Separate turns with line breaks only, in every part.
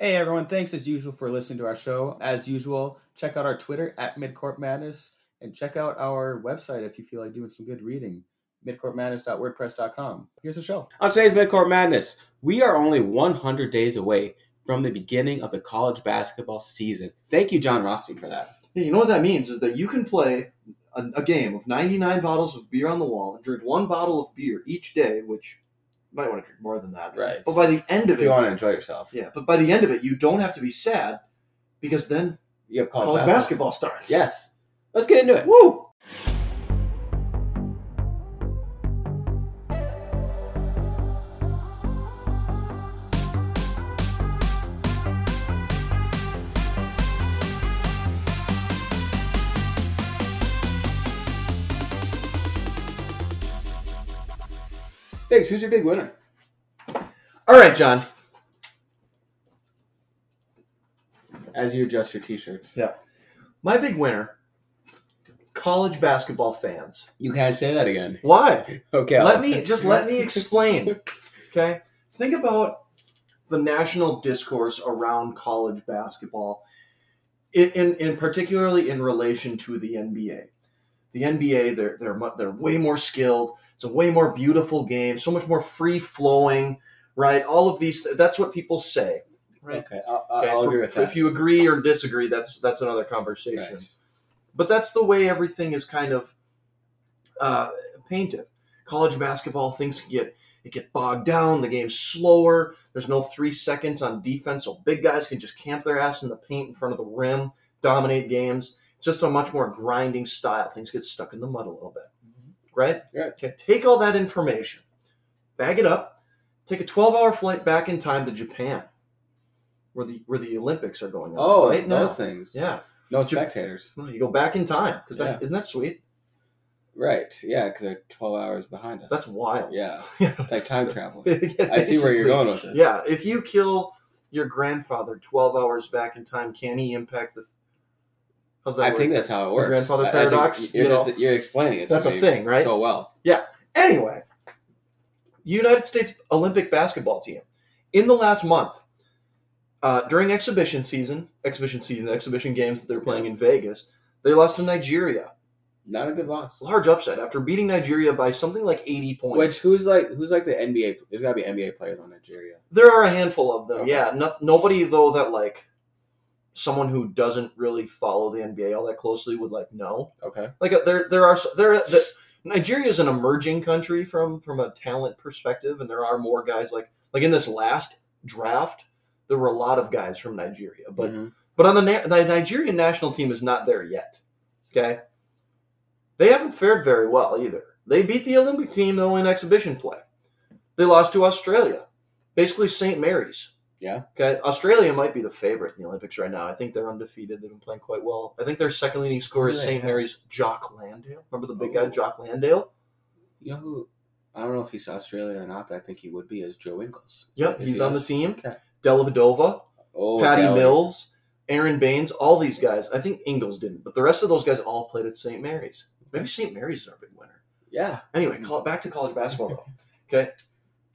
Hey everyone, thanks as usual for listening to our show. As usual, check out our Twitter at Midcourt Madness and check out our website if you feel like doing some good reading, midcourtmadness.wordpress.com. Here's the show.
On today's Midcourt Madness, we are only 100 days away from the beginning of the college basketball season. Thank you, John Rothstein, for that.
Yeah, you know what that means is that you can play a, a game of 99 bottles of beer on the wall and drink one bottle of beer each day, which you might want to drink more than that.
Right.
But by the end of
If you
it,
want to enjoy yourself,
yeah, but by the end of it, you don't have to be sad because then
you have college,
college
basketball.
basketball starts.
Yes. Let's get into it.
Woo!
Thanks. Who's your big winner?
All right, John.
As you adjust your t-shirts.
Yeah. My big winner, college basketball fans.
You can't say that again.
Why?
Okay.
Let me just let me explain. Okay? Think about the national discourse around college basketball in, in, in particularly in relation to the NBA. The NBA they're they're mu- they're way more skilled. It's a way more beautiful game, so much more free flowing, right? All of these that's what people say. Right.
Okay. I'll, I'll,
Okay,
I'll
for-
agree with
for-
that.
If you agree or disagree, that's that's another conversation.
Right.
But that's the way everything is kind of uh, painted. College basketball, things can get it get bogged down. The game's slower. There's no three seconds on defense, so big guys can just camp their ass in the paint in front of the rim, dominate games. It's just a much more grinding style. Things get stuck in the mud a little bit, right?
Right.
Okay, take all that information, bag it up, take a 12-hour flight back in time to Japan, where the where the Olympics are going on.
Oh,
right now.
those things.
Yeah,
No spectators.
no, you go back in time because
Yeah.
that isn't that sweet.
Right. Yeah, because they're 12 hours behind us.
That's wild.
Yeah.
Yeah.
It's like time travel. I
I
see where you're going with it.
Yeah, if you kill your grandfather 12 hours back in time, can he impact the. How's that
I
work?
think that's how it works.
grandfather
I- I think
paradox,
You're,
you know?
just- you're explaining it. to
That's a
me
thing, right?
So well.
Anyway, United States Olympic basketball team in the last month uh, during exhibition season, exhibition season, exhibition games that they're playing in Vegas, they lost to Nigeria.
Not a good loss.
Large upset after beating Nigeria by something like 80 points.
Which who's like who's like the NBA? There's got to be NBA players on Nigeria.
There are a handful of them.
Okay.
Yeah, no, nobody though that like someone who doesn't really follow the NBA all that closely would like know.
Okay.
Like uh, there, there are s- there. The, Nigeria is an emerging country from from a talent perspective, and there are more guys like like in this last draft. There were a lot of guys from Nigeria, but
Mhm.
but on the na- the Nigerian national team is not there yet. Okay, they haven't fared very well either. They beat the Olympic team though in exhibition play. They lost to Australia, basically St. Mary's.
Yeah.
Okay. Australia might be the favorite in the Olympics right now. I think they're undefeated. They've been playing quite well. I think their second leading scorer
Who do
is
they
St.
have?
Mary's Jock Landale. Remember the big
Oh.
guy Jock Landale?
you know who? I don't know if he's Australian or not, but I think he would be. Is Joe Ingles?
Yep,
If
he's
he
on the
is.
team.
Okay.
Dellavedova,
Oh,
Patty
Dally.
Mills, Aaron Baines, all these guys. I think Ingles didn't, but the rest of those guys all played at St. Mary's. Maybe St. Mary's is our big winner.
Yeah.
Anyway, call, back to college basketball. though. okay.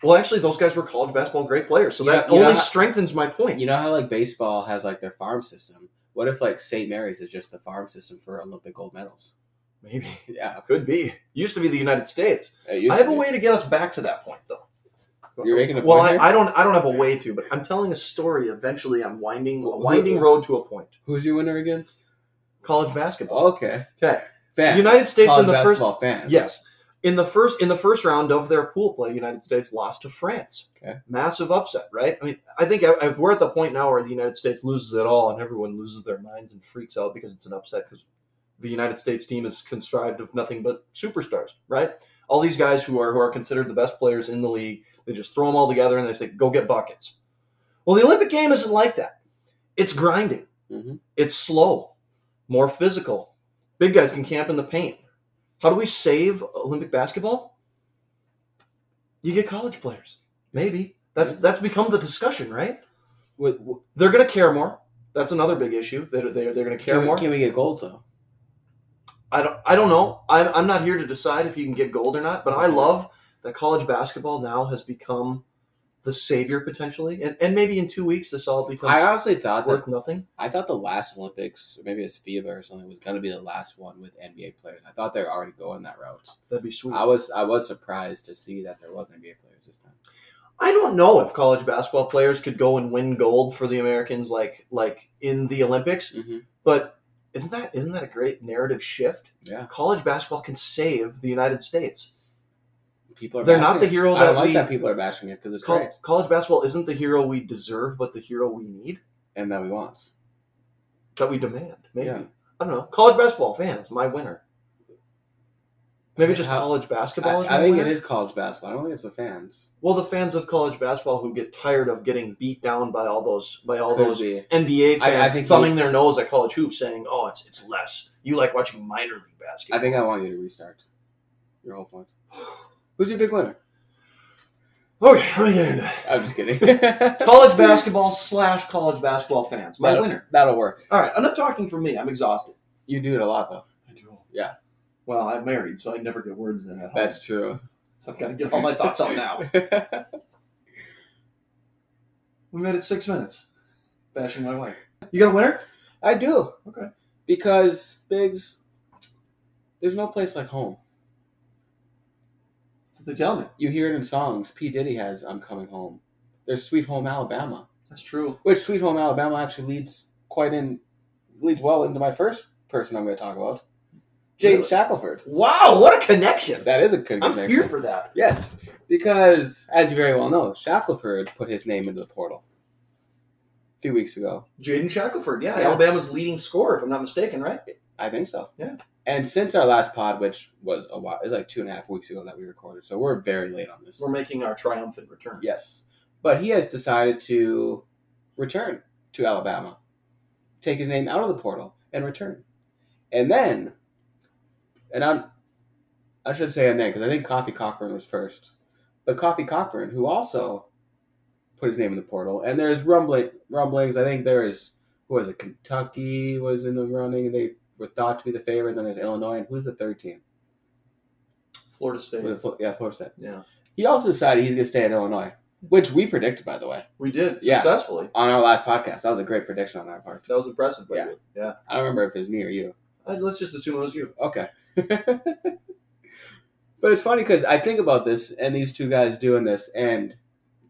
Well, actually, those guys were college basketball great players, so
You
that
know- you know
only
how-
strengthens my point.
You know how like baseball has like their farm system. What if like St. Mary's is just the farm system for Olympic gold medals?
Maybe
Yeah.
could be used to be the United States.
it used
I have
to
a
be.
way to get us back to that point, though.
You're making a
well,
point
I,
here?
I don't. I don't have a way to, but I'm telling a story. Eventually, I'm winding a
Wh- wh-
winding road to a point.
Who's your winner again?
College basketball.
Okay.
Okay.
Fans.
United States
College
in the first-
basketball fans.
Yes. In the first in the first round of their pool play, United States lost to France.
Okay.
Massive upset, right? I mean, I think I, I, we're at the point now where the United States loses it all, and everyone loses their minds and freaks out because it's an upset because the United States team is contrived of nothing but superstars, right? All these guys who are who are considered the best players in the league, they just throw them all together and they say, "Go get buckets." Well, the Olympic game isn't like that. It's grinding.
Mhm.
It's slow, more physical. Big guys can camp in the paint. How do we save Olympic basketball? You get college players. Maybe. That's that's become the discussion, right?
With, with,
They're going to care more. That's another big issue. They're, they're, they're going to care
can, we,
more.
can we get gold though?
I don't I don't know. I'm, I'm not here to decide if you can get gold or not, but I love that college basketball now has become the savior potentially, and, and maybe in two weeks this all becomes
I honestly thought that
worth nothing.
I thought the last Olympics, or maybe it's FIBA or something, was gonna be the last one with NBA players. I thought they were already going that route.
That'd be sweet.
I was I was surprised to see that there was NBA players this time.
I don't know if college basketball players could go and win gold for the Americans like like in the Olympics,
Mm-hmm.
but isn't that isn't that a great narrative shift?
Yeah,
College basketball can save the United States.
people are.
They're
bashing
not the
it.
hero
I don't
that
like
we-
that people are bashing it because it's
Col-
great
college basketball isn't the hero we deserve, but the hero we need
and that we want.
that we demand. Maybe
Yeah.
I don't know. College basketball fans, my winner. Maybe just
How-
college basketball. is
I, I
my
think
winner?
it is college basketball. I don't think it's the fans.
Well, the fans of college basketball who get tired of getting beat down by all those by all
Could
those
be.
NBA
I- I
fans
think
thumbing their nose at college hoops, saying, "Oh, it's it's less. You like watching minor league
I
basketball."
think I want you to restart your whole point. Who's your big winner?
okay, let me get into it.
I'm just kidding.
college basketball slash college basketball fans. My
That'll-
winner.
That'll work.
All right, enough talking from me. I'm exhausted.
You do it a lot though.
I do.
Yeah.
Well, I'm married, so I never get words in at home.
That's true.
so I've got to get all my thoughts out now. We made it six minutes. Bashing my wife. You got a winner?
I do.
Okay.
Because Biggs, there's no place like home.
That's what they tell me.
You hear it in songs. P Diddy has "I'm Coming Home." There's "Sweet Home Alabama,"
That's true.
which "Sweet Home Alabama" actually leads quite in leads well into my first person I'm going to talk about, Jade
Really?
Shackelford.
Wow, what a connection!
That is a good
I'm
connection.
here for that.
Yes, because as you very well know, Shackelford put his name into the portal a few weeks ago.
Jaden Shackelford, yeah,
Yeah.
Alabama's leading scorer, if I'm not mistaken, right?
I think so.
Yeah.
And since our last pod, which was a while, it was like two and a half weeks ago that we recorded, so we're very late on this.
We're making our triumphant return.
Yes, but he has decided to return to Alabama, take his name out of the portal, and return. And then, and I'm, I should say a name because I think Coffee Cochran was first, but Coffee Cochran, who also put his name in the portal, and there's rumbling rumblings. I think there is who was it? Kentucky was in the running. They were thought to be the favorite. And then there's Illinois, and who's the third team?
Florida State.
Was it Flo- Yeah, Florida State.
Yeah,
He also decided he's going to stay in Illinois, which we predicted, by the way
we did
Yeah.
successfully.
on our last podcast. That was a great prediction on our part.
That was impressive. by
Yeah.
you. yeah.
I don't remember if it was me or you.
Uh, let's just assume it was you.
Okay. but it's funny because I think about this and these two guys doing this, and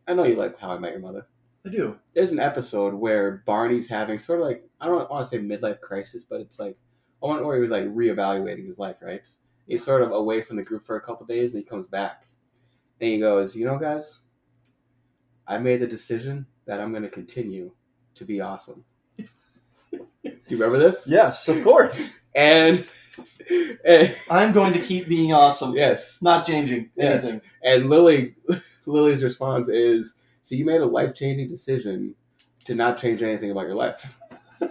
I know you like How I Met Your Mother.
I do.
There's an episode where Barney's having sort of like, I don't want to say midlife crisis, but it's like, I want where he was like reevaluating his life, right? He's sort of away from the group for a couple days and he comes back. And he goes, You know, guys, I made the decision that I'm going to continue to be awesome. Do you remember this?
Yes, of course.
and, and
I'm going to keep being awesome.
yes,
Not changing
Yes.
anything.
and Lily, Lily's response is, "So you made a life changing decision to not change anything about your life,"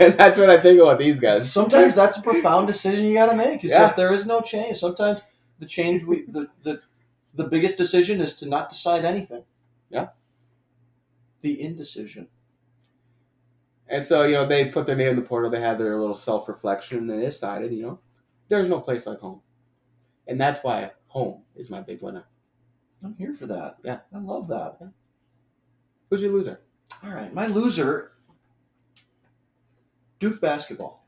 and that's what I think about these guys.
Sometimes that's a profound decision you got to make. It's
Yeah.
just there is no change. Sometimes the change we the, the the biggest decision is to not decide anything.
Yeah.
The indecision.
And so you know they put their name in the portal. They had their little self reflection, and they decided, you know, there's no place like home, and that's why home is my big winner.
I'm here for that.
Yeah.
I love that.
Who's your loser?
All right, my loser. Duke basketball.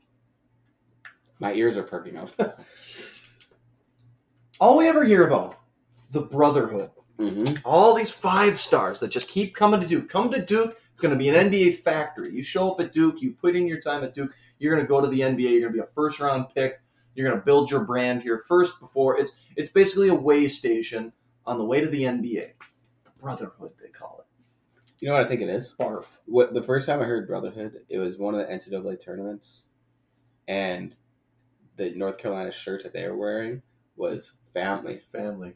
My ears are perking up.
All we ever hear about the brotherhood.
hmm
All these five stars that just keep coming to Duke. Come to Duke. It's going to be an NBA factory. You show up at Duke. You put in your time at Duke. You're going to go to the NBA. You're going to be a first round pick. You're going to build your brand here first before it's it's basically a way station on the way to the NBA. The brotherhood they call it.
You know what I think it is.
Barf.
what the first time I heard Brotherhood, it was one of the NCAA tournaments, and the North Carolina shirt that they were wearing was family.
Family.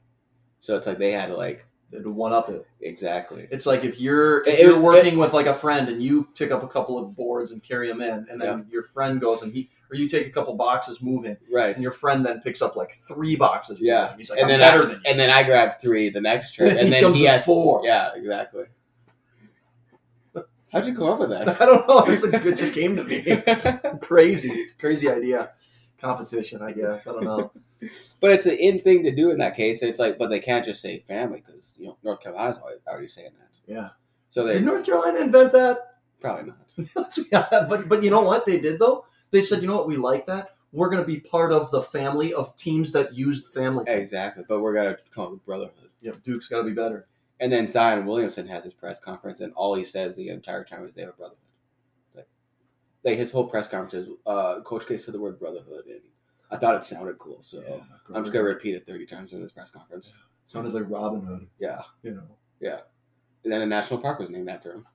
So it's like they had to like
They had to one up it.
exactly.
It's like if you're if
It- it
you're
was-
working with like a friend and you pick up a couple of boards and carry them in, and then your friend goes and he or you take a couple boxes, move in,
Right.
and your friend then picks up like three boxes. move
Yeah.
in. he's like,
And
I'm
then
better
I,
than you.
and then I grabbed three the next trip, and then
comes
he
with
has
four.
Yeah, exactly. How'd you come up with
Oh, I don't know. It's a, it just came to me.
that?
crazy, crazy idea. competition, I guess. I don't know.
But it's an in thing to do in that case. It's like, but they can't just say family because you know North Carolina's already, already saying that.
Yeah.
So they
Did North Carolina invent that?
probably not.
Let's be honest. But but you know what they did though? They said, you know what, we like that. We're going to be part of the family of teams that used family.
exactly. But we're gonna call it brotherhood.
Yeah, Duke's got to be better.
And then Zion Williamson has his press conference, and all he says the entire time is they have brotherhood. Like, like his whole press conference is uh, Coach K said the word brotherhood, and I thought it sounded cool, so I'm just gonna repeat it 30 times in this press conference.
Sounded like Robin Hood,
Yeah.
you know.
And then a national park was named after him.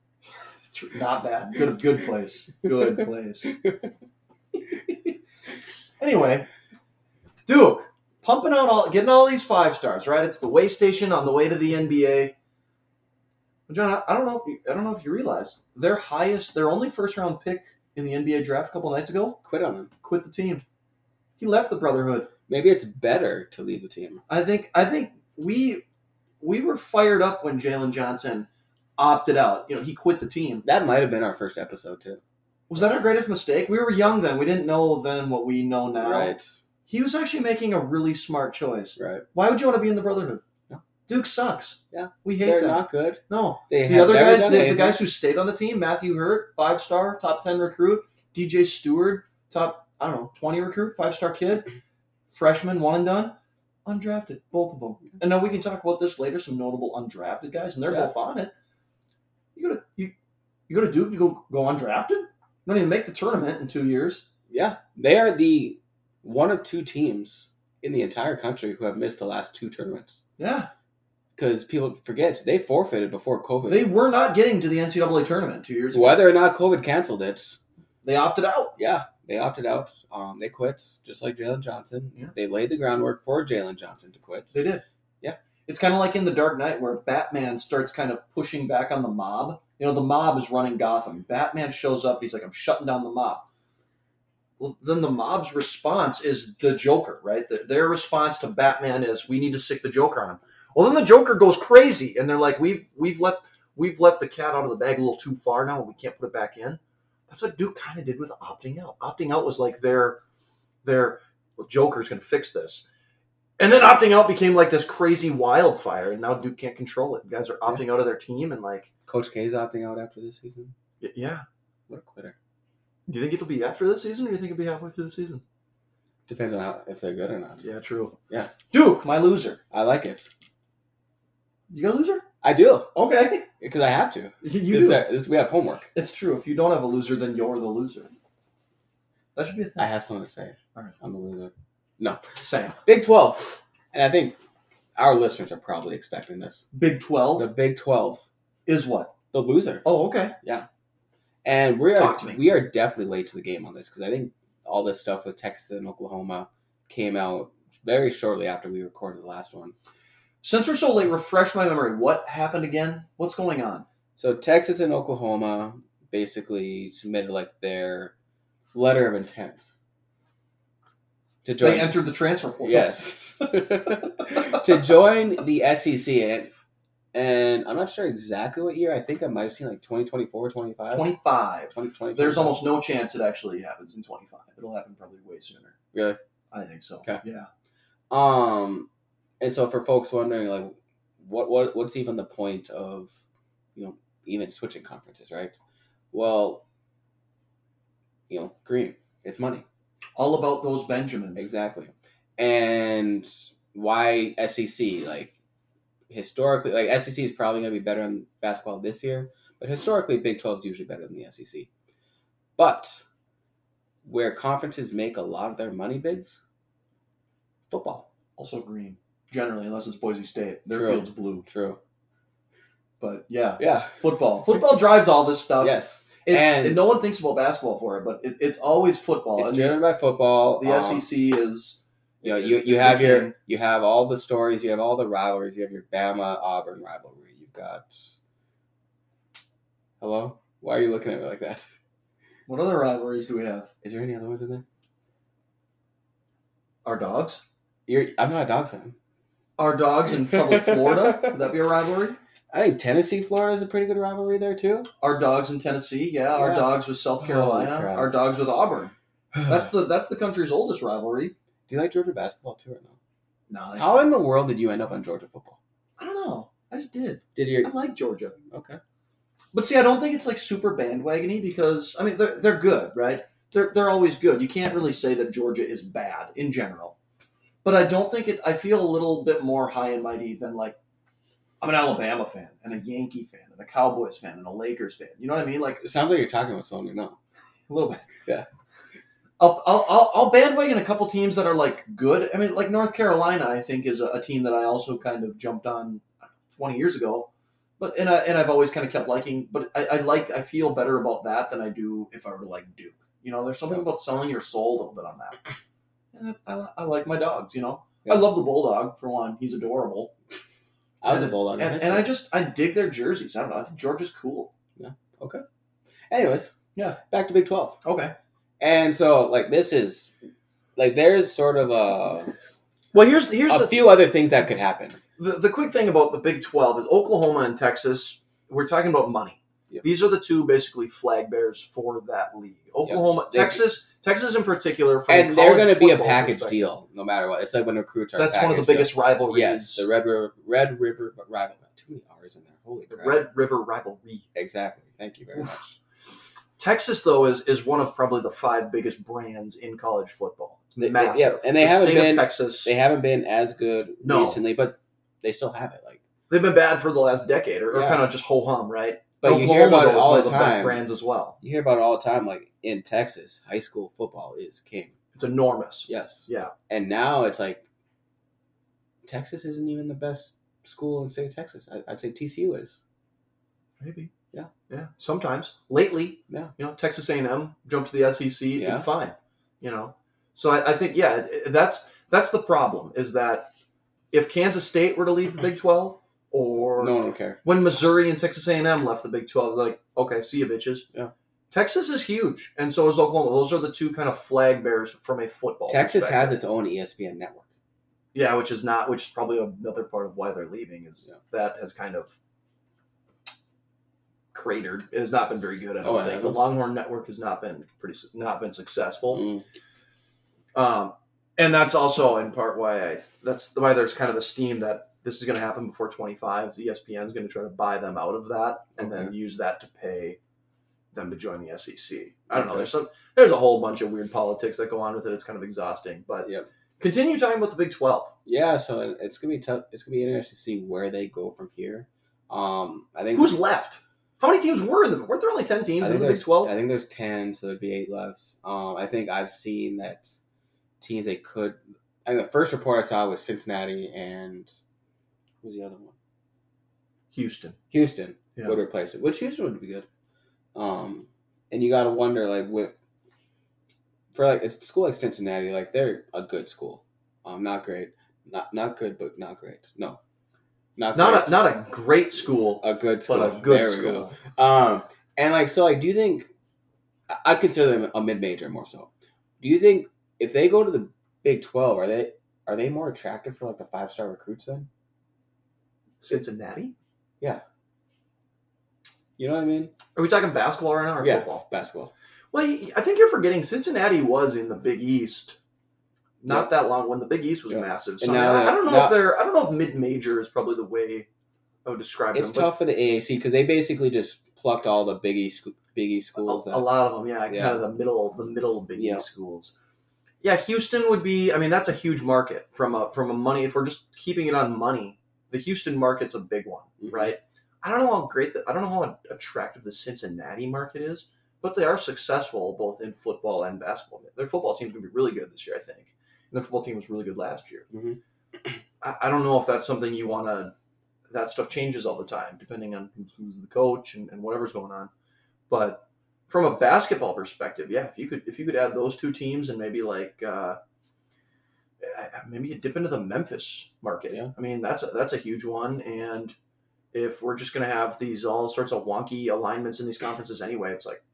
Not bad. Good good place. Good place. anyway, Duke pumping out all getting all these five stars, right? It's the way station on the way to the NBA. John, I- I don't know if you, I don't know if you realize their highest, their only first round pick in the NBA draft a couple nights ago
Quit on him.
quit the team. He left the Brotherhood.
Maybe it's better to leave the team.
I think I think we we were fired up when Jalen Johnson opted out. You know, he quit the team.
That might have been our first episode too.
Was that our greatest mistake? We were young then. We didn't know then what we know now.
Right.
He was actually making a really smart choice.
Right.
Why would you want to be in the Brotherhood?
No.
Duke sucks.
Yeah.
We hate
They're
them.
not good.
No.
They
The
have
other
never
guys,
done
the, the
anything.
guys who stayed on the team, Matthew Hurt, five star, top ten recruit, DJ Stewart, top I don't know, twenty recruit, five star kid, freshman, one and done, undrafted, both of them. And now we can talk about this later. Some notable undrafted guys, and they're
Yeah.
both on it. You go to you, you go to Duke, you go go undrafted. You don't even make the tournament in two years.
Yeah, they are the one of two teams in the entire country who have missed the last two tournaments
Yeah,
because people forget they forfeited before COVID.
they were not getting to the NCAA tournament two years ago.
Whether or not COVID canceled it,
They opted out.
yeah, they opted out. Um, they quit, just like Jalen Johnson.
Yeah.
They laid the groundwork for Jalen Johnson to quit.
They did.
Yeah.
It's kind of like in The Dark Knight where Batman starts kind of pushing back on the mob. You know, the mob is running Gotham. Batman shows up. He's like, I'm shutting down the mob. Well, then the mob's response is the Joker, right? The, their response to Batman is, we need to sick the Joker on him. Well, then the Joker goes crazy, and they're like, we've we've let we've let the cat out of the bag a little too far now. We can't put it back in. That's what Duke kind of did with opting out. Opting out was like their their well, Joker's going to fix this. And then opting out became like this crazy wildfire, and now Duke can't control it. Guys are opting out of their team, and like,
Coach K is opting out after this season.
y- yeah.
What a quitter!
Do you think it'll be after this season, or do you think it'll be halfway through the season?
Depends on how, if they're good or not.
Yeah, true.
Yeah.
Duke, my loser.
I like it.
You got a loser?
I do
Okay,
because I have to.
you, you
this,
do.
uh, this- we have homework.
it's true. If you don't have a loser, then you're the loser. That should be a
I
thing.
have something to say.
All right.
I'm a loser.
Same.
Big Twelve, and I think our listeners are probably expecting this.
Big Twelve
the Big Twelve,
is what?
the loser.
Oh, okay.
And we are
Talk to me.
we are definitely late to the game on this because I think all this stuff with Texas and Oklahoma came out very shortly after we recorded the last one.
Since we're so late, refresh my memory. What happened again? What's going on?
So Texas and Oklahoma basically submitted like their letter of intent to join.
They entered the transfer portal.
yes, to join the SEC and. And I'm not sure exactly what year. I think I might have seen like 2024, 25.
25.
20,
There's almost no chance it actually happens in 25. It'll happen probably way sooner.
really
I think so.
Okay.
Yeah.
Um, and so for folks wondering, like, what what what's even the point of, you know, even switching conferences, right? Well, you know, green, it's money,
All about those Benjamins.
exactly. And why SEC? Like, historically, like SEC is probably going to be better in basketball this year, but historically, Big Twelve is usually better than the SEC. But where conferences make a lot of their money, bigs, football,
Also green. Generally, unless it's Boise State. Their
True.
field's blue.
true,
But yeah.
yeah.
Football. Football drives all this stuff.
Yes,
It's,
And-
and, no one thinks about basketball for it, but it, it's always football.
it's
and
driven by football.
the
um,
SEC is.
You know, you,
E is
you
the
have
king.
your you have all the stories. You have all the rivalries. You have your Bama Auburn rivalry. You've got. Hello, why are you looking at me like that?
What other rivalries do we have?
Is there any other ones in there?
Our dogs?
You're, I'm not a dog fan.
Our dogs in probably Florida. Would that be a rivalry?
I think Tennessee, Florida is a pretty good rivalry there too.
Our dogs in Tennessee. Yeah. Our
Yeah.
dogs with South
Holy
Carolina.
crap.
Our dogs with Auburn. That's the that's the country's oldest rivalry.
Do you like Georgia basketball too or no?
No, that's-
How in the world did you end up on Georgia football?
I don't know. I just did.
Did
I
you?
like Georgia.
Okay.
But see, I don't think it's like super bandwagony because I mean they're they're good, right? They're they're always good. You can't really say that Georgia is bad in general. But I don't think it. I feel a little bit more high and mighty than like I'm an Alabama fan and a Yankee fan and a Cowboys fan and a Lakers fan. You know what I mean? Like
It sounds like you're talking with someone you know.
a little bit.
Yeah.
I'll, I'll, I'll, I'll bandwagon a couple teams that are like good. I mean, like North Carolina, I think is a, a team that I also kind of jumped on 20 years ago, but and I, and I've always kind of kept liking. But I, I like I feel better about that than I do if I were to like Duke. You know, there's something about selling your soul a little bit on that. And that's- I, li- I like my dogs. You know,
Yeah.
I love the bulldog for one. He's adorable,
I was
And-
a bulldog. in
and,
high
and I
school.
just I dig their jerseys. I don't know. I think Georgia's cool.
anyways,
Yeah.
Back to Big Twelve.
Okay.
And so, like, this is like there's sort of a
Well, here's here's
a few other things that could happen.
The, the quick thing about the Big 12 is Oklahoma and Texas, we're talking about money.
Yep.
These are the two basically flag bearers for that league. Oklahoma,
They-
Texas, Texas in particular. From
And they're going to be a package
deal.
deal, no matter what. It's like when recruits are.
That's one of the
package deals.
biggest rivalries.
Yes, the Red River Red River rival. Too many R's in there. Holy
the
crap!
Red River rivalry.
Exactly. Thank you very much.
Texas, though, is, is one of probably the five biggest brands in college football. It's
They- they-
massive.
yeah, and they
The
haven't
state of
been-
Texas.
They
They
haven't been as good
No.
recently, but they still have it. Like,
have been bad for the last decade, or,
Yeah.
kind of just ho hum, right?
but
Oklahoma,
you hear about
though,
it
is
all
one
the
of the best
time.
brands as well.
you hear about it all the time. Like in Texas, high school football is king.
It's enormous.
Yes.
Yeah.
And now it's like Texas isn't even the best school in the state of Texas. I, I'd say TCU is.
Maybe.
Yeah.
Yeah. Sometimes. Lately.
Yeah.
You know, Texas A&M jumped to the SEC.
Yeah.
And fine. You know. So I, I think yeah, it- that's that's the problem is that if Kansas State were to leave the Big Twelve, or
No one would care.
when Missouri and Texas A&M left the Big 12, they're like, okay, see you bitches.
Yeah.
Texas is huge, and so is Oklahoma. Those are the two kind of flag bearers from a football.
Texas
perspective.
has its own E ESPN network.
yeah, which is not, which is probably another part of why they're leaving is
Yeah.
that has kind of cratered. It has not been very good. I
Oh,
don't
it
think the
hasn't?
Longhorn Network has not been pretty s- not been successful.
Mm.
Um, and that's also in part why I that's why there's kind of the steam that this is going to happen before 25. The E ESPN is going to try to buy them out of that and then use that to pay them to join the SEC. I don't know.
Okay.
There's some there's a whole bunch of weird politics that go on with it. It's kind of exhausting. But
Yep.
continue talking about the Big 12.
Yeah, so it- it's gonna be tough. It's gonna be interesting to see where they go from here. Um, I think
Who's left? How many teams were in the? Weren't there only 10
I
teams in
think
the Big
there's
12?
I think there's ten, so there'd be eight left. Um, I think I've seen that teams they could. I think the first report I saw was Cincinnati and who's the other one?
Houston.
Houston.
Yeah.
would replace it, which Houston would be good. Um, and you got to wonder, like, with for like a school like Cincinnati, like they're a good school. Um, not great, not not good, but not great. No, not
Not a,
great.
not a great school,
a good school,
but a good
There we
school.
go. Um, and like so, like, do you think I- I'd consider them a mid major more so? Do you think if they go to the Big Twelve, are they are they more attractive for like the five star recruits then?
Cincinnati?
You know what I mean?
Are we talking basketball right now or
yeah,
football?
basketball.
Well, you- I think you're forgetting Cincinnati was in the Big East not
Yeah.
that long when the Big East was
Yeah.
massive. So
And
I, mean,
now
I- I
that-
don't know
now-
if they're I don't know if mid major is probably the way I would describe
It's
them.
tough for the AAC because they basically just plucked all the Biggie sc- Biggie
but
schools.
a,
That,
a lot of them, yeah,
Yeah.
kind of the middle the middle Big
Yeah.
East schools. Yeah, Houston would be. I mean, that's a huge market from a from a money. If we're just keeping it on money, the Houston market's a big one,
Mhm.
right? I don't know how great that I don't know how attractive the Cincinnati market is, but they are successful both in football and basketball. Their football team's gonna be really good this year, I think. And their football team was really good last year.
Mhm.
I, I don't know if that's something you want to. That stuff changes all the time, depending on who's- who's the coach and, and whatever's going on. But from a basketball perspective, yeah, if you could if you could add those two teams and maybe like uh, uh, maybe you dip into the Memphis market.
Yeah.
I mean that's a, that's a huge one. And if we're just going to have these all sorts of wonky alignments in these conferences anyway, it's like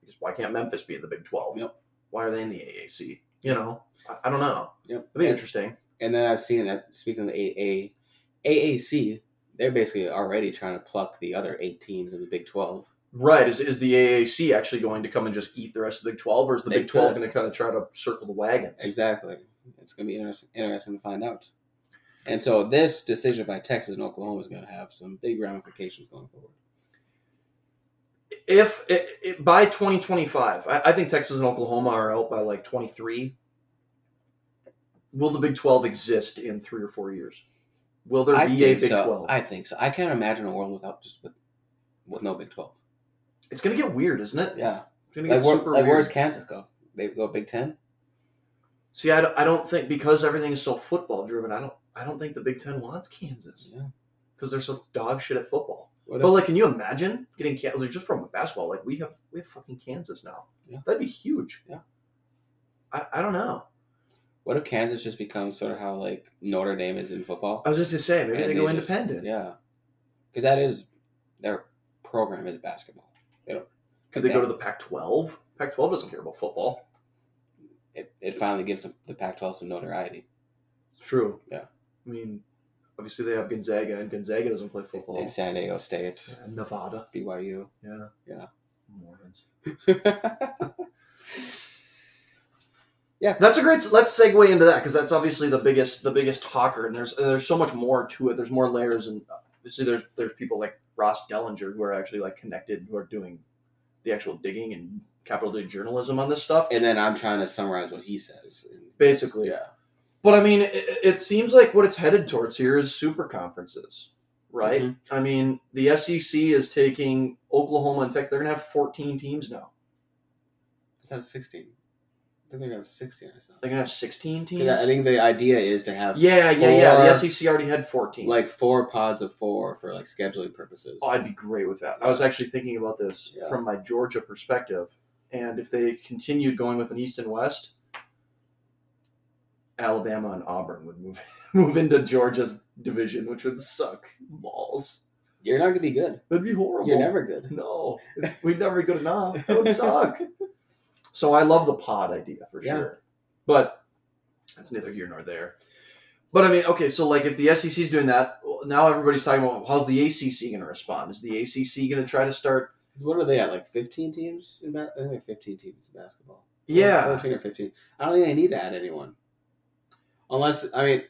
because why can't Memphis be in the Big Twelve?
Yep.
Why are they in the AAC? You know, I, I don't know.
Yep.
That'd be
And,
interesting.
and then I've seen that speaking of the AA, AAC, they're basically already trying to pluck the other eight teams of the Big Twelve
Right. Is, is the AAC actually going to come and just eat the rest of the Big 12, or is the
They
Big 12
could.
going to kind of try to circle the wagons?
Exactly. It's going to be interesting, interesting to find out. And so this decision by Texas and Oklahoma is going to have some big ramifications going forward.
If i i by 2025, I, I think Texas and Oklahoma are out by like 23. Will the Big 12 exist in three or four years? Will there
I
be a
think
Big
so.
12?
I think so. I can't imagine a world without just with, with no Big Twelve.
it's going to get weird, isn't it?
Yeah.
It's going to
Like,
get
where,
super
like
weird.
where's Kansas go? They go Big Ten.
See, I don't, I don't think because everything is so football driven. I don't I don't think the Big Ten wants Kansas
Yeah.
because they're so dog shit at football.
What
But
if-
like, can you imagine getting Kansas just from basketball? Like we have we have fucking Kansas now.
Yeah.
That'd be huge.
Yeah.
I, I don't know.
what if Kansas just becomes sort of how like Notre Dame is in football?
I was just to say maybe
And
they, go
they just-
independent.
Yeah, because that is their program is basketball.
Could they
Okay.
go to the Pac-12? Pac-12 doesn't care about football.
It, it finally gives them, the Pac-12 some notoriety.
It's true.
Yeah.
I mean, obviously they have Gonzaga, and Gonzaga doesn't play football.
And San Diego State,
Yeah, Nevada.
BYU.
Yeah.
Yeah.
Mormons. That's a great. Let's segue into that because that's obviously the biggest, the biggest talker, and there's there's so much more to it. There's more layers, and obviously there's there's people like Ross Dellinger who are actually like connected, who are doing the actual digging and capital D journalism on this stuff.
and then I'm trying to summarize what he says.
Basically,
yeah,
but I mean, it, it seems like what it's headed towards here is super conferences, right?
Mhm.
I mean, the SEC is taking Oklahoma and Texas. They're gonna have 14 teams now.
I thought it was 16. I think they have 16 or something.
They're gonna have 16 teams.
Yeah, I think the idea is to have
yeah, yeah, yeah. The
Four-
SEC already had 14.
like four pods of four for like scheduling purposes.
Oh, I'd be great with that. I was actually thinking about this
Yeah.
from my Georgia perspective, and if they continued going with an East and West, Alabama and Auburn would move move into Georgia's division, which would suck balls.
You're not gonna be good.
That'd be horrible.
You're never good.
no, we'd never be good enough. That would suck. so I love the pod idea for
Yeah.
sure, but that's neither here nor there. But I mean, okay, so like if the SEC's doing that, well, now everybody's talking about how's the ACC going to respond? Is the ACC going to try to start?
'Cause what are they at? Like 15 teams in ba- I think they're 15 teams in basketball.
Yeah,
14 or 15. I don't think they need to add anyone. Unless I mean,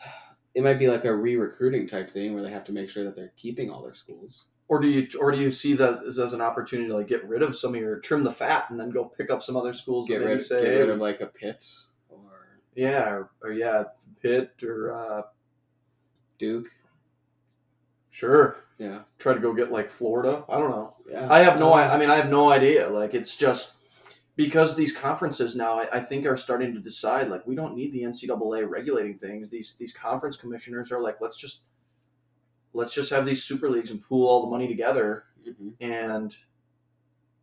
it might be like a re-recruiting type thing where they have to make sure that they're keeping all their schools.
or do you or do you see that as, as an opportunity to like get rid of some of your trim the fat and then go pick up some other schools?
Get
that maybe
rid,
say,
get rid of like a Pitt or
yeah, or, or yeah, Pitt or uh,
Duke.
sure.
Yeah,
Try to go get like Florida. I don't know.
yeah.
I have no.
Um,
I I mean, I have no idea. Like, it's just because these conferences now, I, I think, are starting to decide. Like, we don't need the NCAA regulating things. These these conference commissioners are like, let's just let's just have these super leagues and pool all the money together.
hmm
And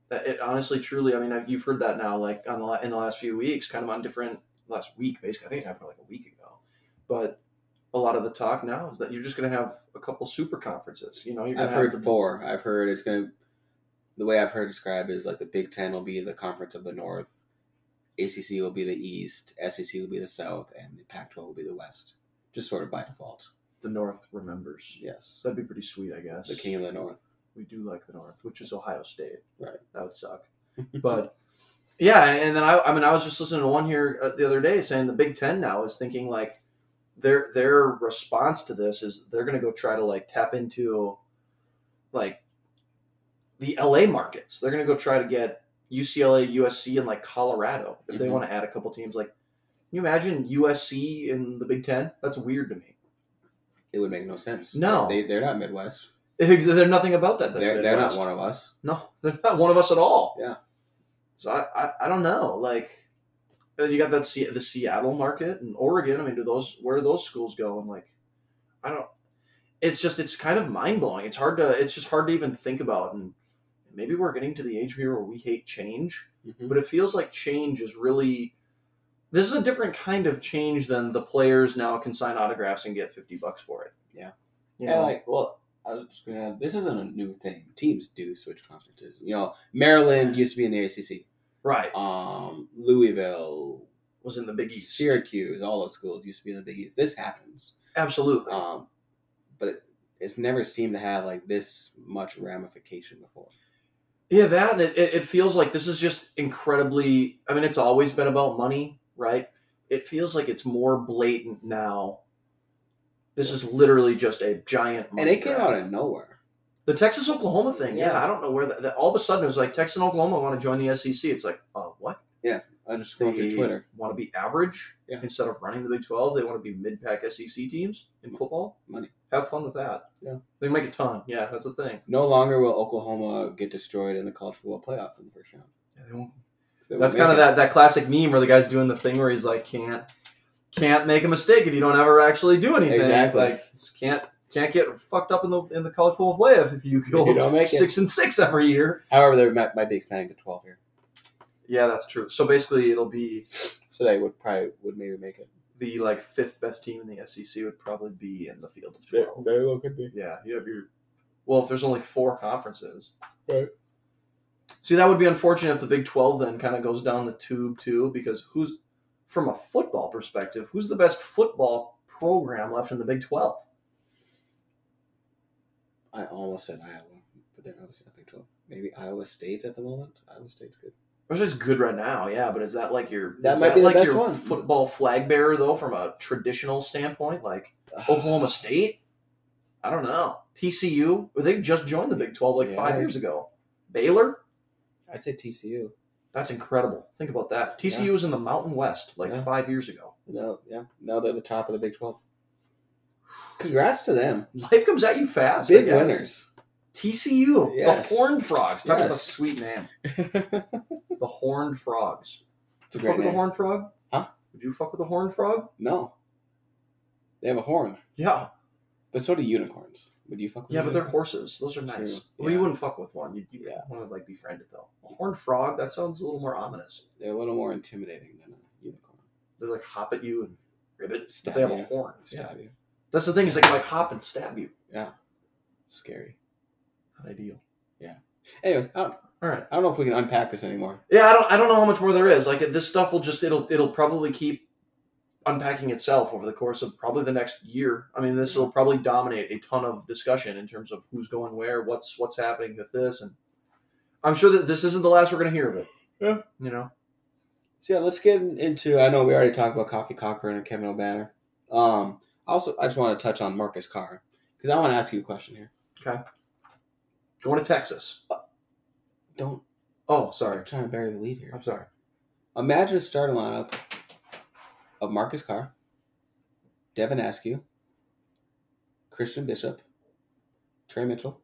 that- it honestly, truly, I mean, I, you've heard that now. Like on the, la- in the last few weeks, kind of on different last week, basically. I think it happened like a week ago, but. A lot of the talk now is that you're just going to have a couple super conferences. You know, you're going
I've
to
heard
have the
four. I've heard it's gonna. The way I've heard described is like the Big Ten will be the conference of the North, ACC will be the East, SEC will be the South, and the Pac-12 will be the West. Just sort of by default.
the North remembers.
Yes,
That'd be pretty sweet, I guess.
the King of the North.
We do like the North, which is Ohio State.
Right.
That would suck. But yeah, and then I, I mean, I was just listening to one here uh, the other day saying the Big Ten now is thinking like their their response to this is they're going to go try to like tap into like the LA markets. They're going to go try to get UCLA, USC, and like Colorado if they
Mhm.
want to add a couple teams. Like, can you imagine USC in the Big Ten? That's weird to me.
It would make no sense.
No.
they they're not Midwest.
They're nothing about that. That's
They're, they're not
Midwest.
one of us.
No, they're not one of us at all.
Yeah.
So I, I, I don't know. Like, and then you got that Se- the Seattle market and Oregon. I mean, do those where do those schools go? And like, I don't. It's just it's kind of mind blowing. It's hard to it's just hard to even think about. And maybe we're getting to the age here where we hate change,
Mm-hmm.
but it feels like change is really. This is a different kind of change than the players now can sign autographs and get fifty bucks for it.
Yeah.
You
And
know?
like, well, I was just gonna. This isn't a new thing. Teams do switch conferences. You know, Maryland used to be in the ACC.
right.
Um, Louisville,
Was in the Big East.
Syracuse, all those schools used to be in the Big East. This happens.
Absolutely.
Um, but it, it's never seemed to have like this much ramification before.
Yeah, that and it, it it feels like this is just incredibly. I mean, it's always been about money, right? It feels like it's more blatant now. This is literally just a giant.
And
money
it came
grab.
out of nowhere.
the Texas Oklahoma thing. Yeah.
Yeah.
I don't know where that, that. All of a sudden, it was like Texas and Oklahoma want to join the SEC. It's like, uh, what?
I just scrolled through Twitter.
want to be average
Yeah.
instead of running the Big Twelve. They want to be mid-pack SEC teams in football.
Money.
Have fun with that.
Yeah.
they make a ton. Yeah, that's a thing.
No longer will Oklahoma get destroyed in the college football playoff in the first round.
Yeah, they won't
They
That's
won't
kind of
make
that, that classic meme where the guy's doing the thing where he's like, can't can't make a mistake if you don't ever actually do anything.
Exactly.
Like it's can't can't get fucked up in the in the college football playoff if you go
you don't make it.
six and six every year.
it. However, they might, might be expanding to twelve here,
Yeah, that's true. So basically, it'll be
so they would probably would maybe make it.
the like fifth best team in the SEC would probably be in the field of twelve.
very well could be.
Yeah, you have your. Well, if there's only four conferences.
Right.
See, that would be unfortunate if the Big Twelve then kind of goes down the tube too, because who's from a football perspective, who's the best football program left in the Big Twelve?
I almost said Iowa, but they're obviously not Big Twelve. Maybe Iowa State at the moment. Iowa State's good.
Which is good right now, yeah. But is that like your
That
is
might be the
like
best
your
one.
football flag bearer though, from a traditional standpoint, like Oklahoma State? I don't know. TCU? Well, They just joined the Big Twelve like
Yeah.
five years ago. Baylor?
I'd say TCU.
That's incredible. Think about that. TCU was in the Mountain West like
Yeah.
five years ago.
No, yeah, no, they're the top of the Big Twelve. Congrats to them,
Life comes at you fast. I
big
guess.
winners.
TCU,
Yes.
the Horned Frogs. Talk about a
Yes.
sweet name.
it's
The Horned Frogs.
a
Fuck
great
with the
name.
Horned Frog?
Huh?
Would you fuck with a Horned Frog?
No, they have a horn,
Yeah.
but so do unicorns. Would you fuck with?
Yeah, but they're
unicorns?
horses. Those are
True.
nice. Well,
Yeah.
you wouldn't fuck with one. You'd, you'd
Yeah.
want to like befriend it though. A horned frog. That sounds a little more ominous.
they're a little more intimidating than a unicorn.
They like hop at you and ribbit. But
Stab
they have a
you.
horn. Yeah.
Stab you.
That's the thing. Is like like hop and stab you.
Scary.
Not ideal.
Anyways, I don't,
All right.
I don't know if we can unpack this anymore.
Yeah, I don't I don't know how much more there is. Like this stuff will just it'll it'll probably keep unpacking itself over the course of probably the next year. I mean, this will probably dominate a ton of discussion in terms of who's going where, what's what's happening with this and I'm sure that this isn't the last we're going to hear of it.
Yeah.
You know.
So yeah, let's get into. I know we already talked about Coffee Cochran and Kevin O'Banner. Um, also, I just want to touch on Marcus Carr because I want to ask you a question here.
Going to Texas.
Don't
Oh, sorry.
I'm trying to bury the lead here.
I'm sorry.
Imagine a starting lineup of Marcus Carr, Devin Askew, Christian Bishop, Trey Mitchell,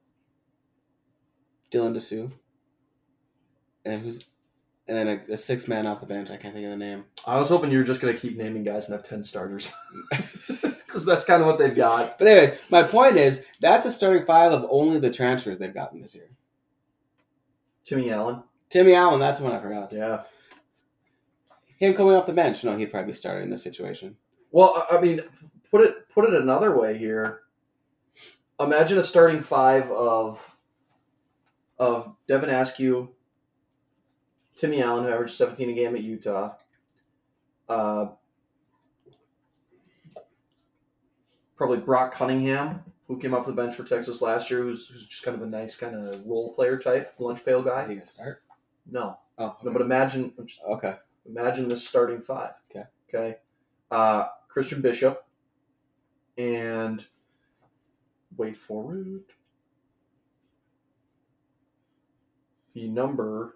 Dylan Dessou, and then who's and then a, a six man off the bench. I can't think of the name.
I was hoping you were just going to keep naming guys and have 10 starters. Because that's kind of what they've got.
But anyway, my point is that's a starting five of only the transfers they've gotten this year.
Timmy Allen.
Timmy Allen, that's the one I forgot.
Yeah.
Him coming off the bench, no, he'd probably be starting in this situation.
Well, I I mean, put it put it another way here. Imagine a starting five of of Devin Askew, Timmy Allen, who averaged 17 a game at Utah. Uh, probably Brock Cunningham, who came off the bench for Texas last year, who's, who's just kind of a nice kind of role player type, lunch pail
I
guy.
think he'd start.
No,
Oh,
no but imagine I'm just
okay.
Imagine this starting five.
Okay.
Okay. Uh, Christian Bishop and wait for it. The number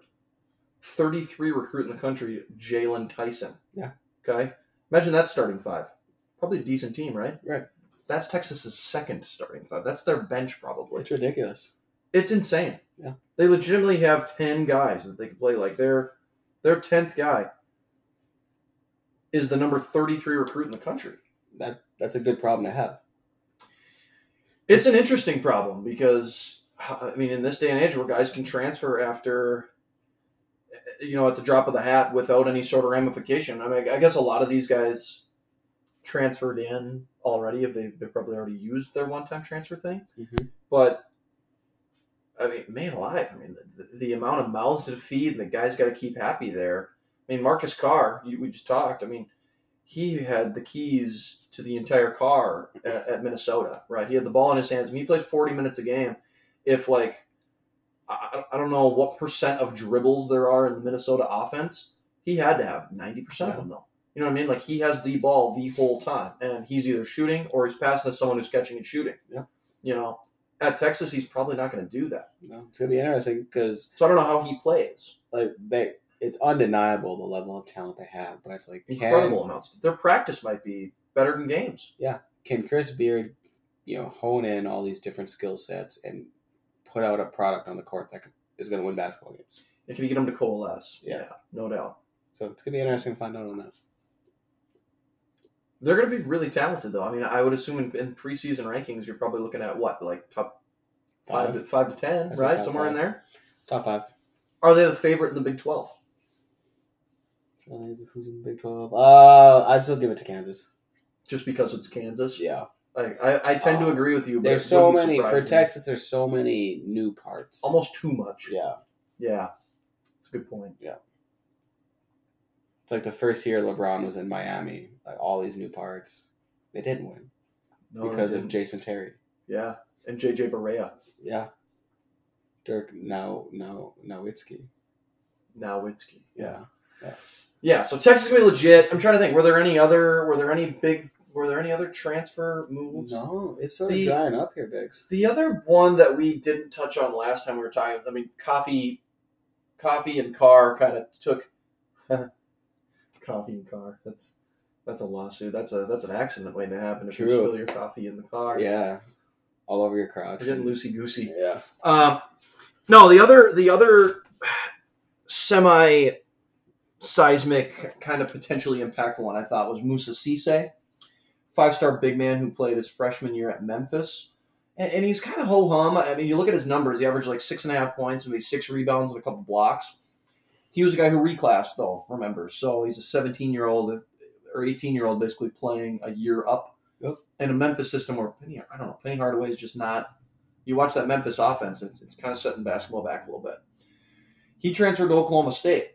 33 recruit in the country, Jalen Tyson.
Yeah.
Okay. Imagine that starting five. Probably a decent team, right?
Right.
That's Texas's second starting five. That's their bench, probably.
It's ridiculous.
It's insane.
Yeah.
They legitimately have ten guys that they can play. Like their their tenth guy is the number thirty three recruit in the country.
that that's a good problem to have.
It's an interesting problem because I mean, in this day and age, where guys can transfer after you know at the drop of the hat without any sort of ramification. I mean, I guess a lot of these guys transferred in already if they they probably already used their one time transfer thing. But I mean, man alive! I mean, the, the amount of mouths to feed, and the guy's got to keep happy there. I mean, Marcus Carr, you, we just talked. I mean, he had the keys to the entire car at, at Minnesota, right? He had the ball in his hands. I mean, he plays 40 minutes a game. If, like, I, I don't know what percent of dribbles there are in the Minnesota offense, he had to have 90% of them, though. You know what I mean? Like, he has the ball the whole time, and he's either shooting or he's passing to someone who's catching and shooting.
Yeah.
You know, at Texas, he's probably not going to do that.
No, it's gonna be interesting because
So I don't know how he plays.
like they, it's undeniable the level of talent they have. But it's like,
Incredible
can
amounts. Their practice might be better than games.
can Chris Beard, you know, hone in all these different skill sets and put out a product on the court that could- is going to win basketball games?
If you get them to coalesce,
Yeah.
no doubt.
So it's gonna be interesting to find out on that.
They're going to be really talented, though. I mean, I would assume in, in preseason rankings, you're probably looking at what, like top five,
Five.
to five to ten,
I'd say
right?
top
Somewhere in
five.
there.
Top five.
Are they the favorite in the Big Twelve?
Who's in the Big Twelve? Uh, I still give it to Kansas.
Just because it's Kansas?
Yeah,
Like, I, I tend to
Uh,
agree with you. But
there's
it
so
wouldn't
many for
surprise me.
Texas. There's so many new parts.
Almost too much.
Yeah,
Yeah, it's a good point.
it's like the first year LeBron was in Miami. Like all these new parts, they didn't win
No,
because
they
of
didn't.
Jason Terry.
yeah, and JJ Barea
Yeah. Dirk no no Nowitzki.
Nowitzki.
Yeah.
Yeah, so Texas is gonna be legit. I'm trying to think. Were there any other? Were there any big? Were there any other transfer moves?
No, it's sort
of The-
drying up here, Biggs.
The other one that we didn't touch on last time we were talking, I mean, coffee, coffee and car kind of took coffee and car. That's that's a lawsuit. That's a that's an accident waiting to happen if you
True.
spill your coffee in the car.
Yeah. All over your crowd.
You're getting loosey goosey.
Yeah.
Um, no, the other the other semi seismic kind of potentially impactful one I thought was Musa Cisse, five star big man who played his freshman year at Memphis. And, and he's kind of ho hum. I mean, you look at his numbers; he averaged like six and a half points, maybe six rebounds and a couple blocks. He was a guy who reclassed, though. Remember, so he's a 17 year old or 18 year old, basically playing a year up.
Yep.
In a Memphis system where Penny, I don't know, Penny Hardaway is just not you watch that Memphis offense, it's, it's kind of setting basketball back a little bit. He transferred to Oklahoma State.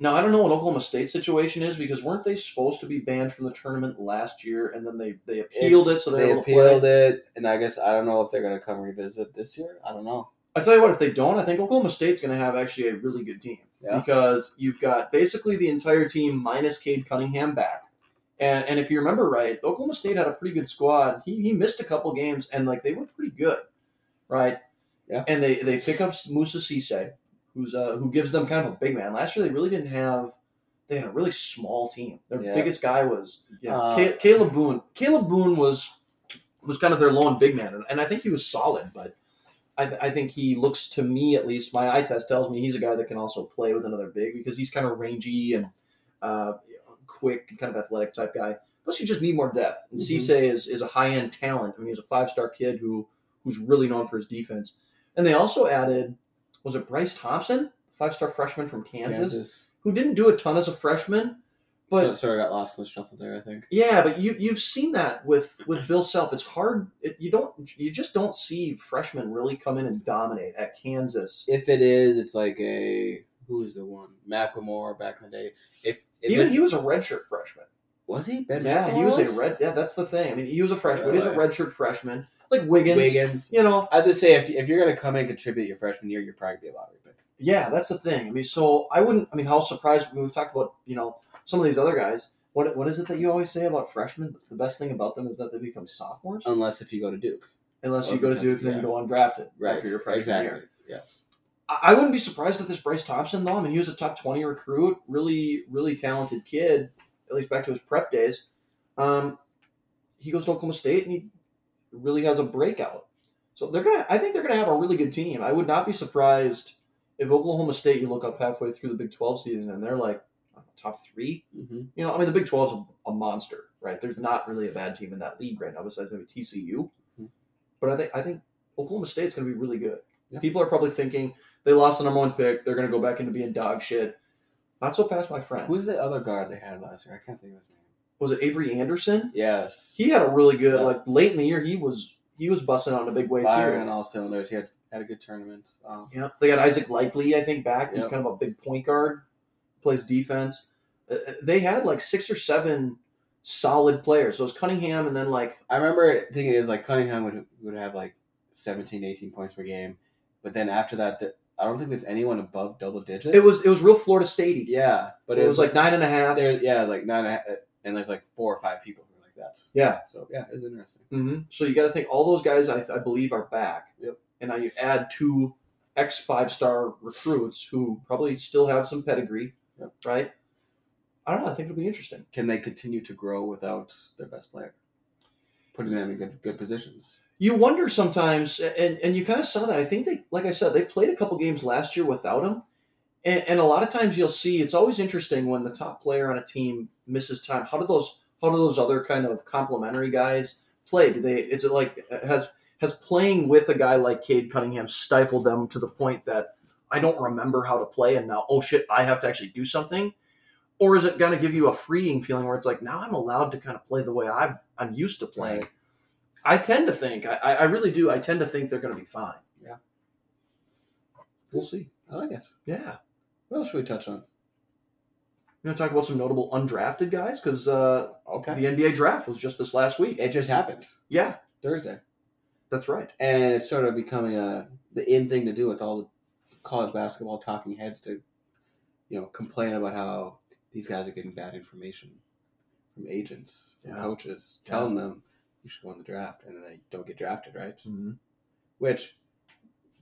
Now, I don't know what Oklahoma State situation is because weren't they supposed to be banned from the tournament last year and then they, they appealed
It's-
it so they, were able to
appealed
play?
it, and I guess I don't know if they're gonna come revisit this year. I don't know.
I tell you what, if they don't, I think Oklahoma State's going to have actually a really good team
Yeah.
because you've got basically the entire team minus Cade Cunningham back. And, and if you remember right, Oklahoma State had a pretty good squad. He, he missed a couple games and like they were pretty good, right?
Yeah.
And they they pick up Musa Cisse, who's uh, who gives them kind of a big man. Last year they really didn't have. They had a really small team. Their
Yeah.
biggest guy was yeah,
Uh,
Ca- Caleb Boone. Caleb Boone was was kind of their lone big man, and, and I think he was solid, but. I, th- I think he looks to me at least my eye test tells me he's a guy that can also play with another big because he's kind of rangy and uh, quick kind of athletic type guy plus you just need more depth and
Mhm.
Cisse is, is a high-end talent I mean he's a five-star kid who who's really known for his defense and they also added was it Bryce Thompson five-star freshman from Kansas, who didn't do a ton as a freshman but
so, sort of got lost in the shuffle there, I think.
yeah, but you you've seen that with with Bill Self. It's hard. It, you don't you just don't see freshmen really come in and dominate at Kansas.
If it is, it's like a who's the one? Macklemore back in the day. If, if
Even
it's-
he was a redshirt freshman.
was he Ben
yeah,
Macklemore
he was a red. Yeah, that's the thing. I mean, he was a freshman. He's a
Really?
redshirt freshman, like Wiggins.
Wiggins.
You know,
I have to say, if, if you're gonna come and contribute your freshman year, you're probably gonna be a lottery pick.
yeah, that's the thing. I mean, so I wouldn't. I mean, how surprised I mean, we've talked about you know some of these other guys. What what is it that you always say about freshmen? The best thing about them is that they become sophomores,
Unless if you go to Duke,
unless you go to Duke and then you go undrafted
right?
after your freshman
exactly.
year.
Yeah.
I I wouldn't be surprised if this Bryce Thompson though. I mean, he was a top twenty recruit, really, really talented kid. At least back to his prep days. Um, he goes to Oklahoma State and he really has a breakout. So they're gonna. I think they're gonna have a really good team. I would not be surprised if Oklahoma State you look up halfway through the Big Twelve season and they're like I don't know, top three.
Mm-hmm.
You know, I mean, the Big 12 is a, a monster, right? There's not really a bad team in that league right now, besides maybe TCU.
Mhm.
But I think I think Oklahoma State's going to be really good.
Yeah.
People are probably thinking they lost the number one pick; they're going to go back into being dog shit. Not so fast, my friend.
Who's the other guard they had last year? I can't think of his name.
was it Avery Anderson?
Yes,
He had a really good
Yeah.
like late in the year. He was he was busting out in a big way
firing
too.
on all cylinders. He had had a good tournament. Um,
Yeah, they got Isaac Likely, I think, back. He's
Yep.
kind of a big point guard, plays defense. Uh, uh, They had like six or seven solid players. So it was Cunningham and then like
I remember thinking it was like Cunningham would would have like 17, 18 points per game, but then after that, th I don't think there's anyone above double digits.
it was it was real Florida State.
yeah, but
But it was like nine and a half.
there, yeah, it was like nine and, a half, and there's like four or five people who are like that.
Yeah.
So yeah, it's interesting.
hmm So you got to think all those guys I, I believe are back.
Yep.
And now you add two ex five star recruits who probably still have some pedigree.
Yep.
Right. I don't know. I think it'll be interesting.
Can they continue to grow without their best player, putting them in good good positions?
You wonder sometimes, and and you kind of saw that. I think they, like I said, they played a couple games last year without him, and, and a lot of times you'll see it's always interesting when the top player on a team misses time. How do those how do those other kind of complementary guys play? Do they is it like has has playing with a guy like Cade Cunningham stifled them to the point that I don't remember how to play, and now oh shit, I have to actually do something, or is it going to give you a freeing feeling where it's like now I'm allowed to kind of play the way I I'm used to playing.
Right.
I tend to think, I, I I really do. I tend to think they're going to be fine.
We'll see. I like it.
Yeah.
What else should we touch on?
You want to talk about some notable undrafted guys? Because uh, the
Okay,
NBA draft was just this last week.
it just happened
Yeah,
Thursday,
that's right.
and it's sort of becoming a the in thing to do with all the college basketball talking heads to, you know, complain about how these guys are getting bad information from agents, from
Yeah.
coaches, telling them you should go in the draft, and then they don't get drafted, right?
Mm-hmm.
Which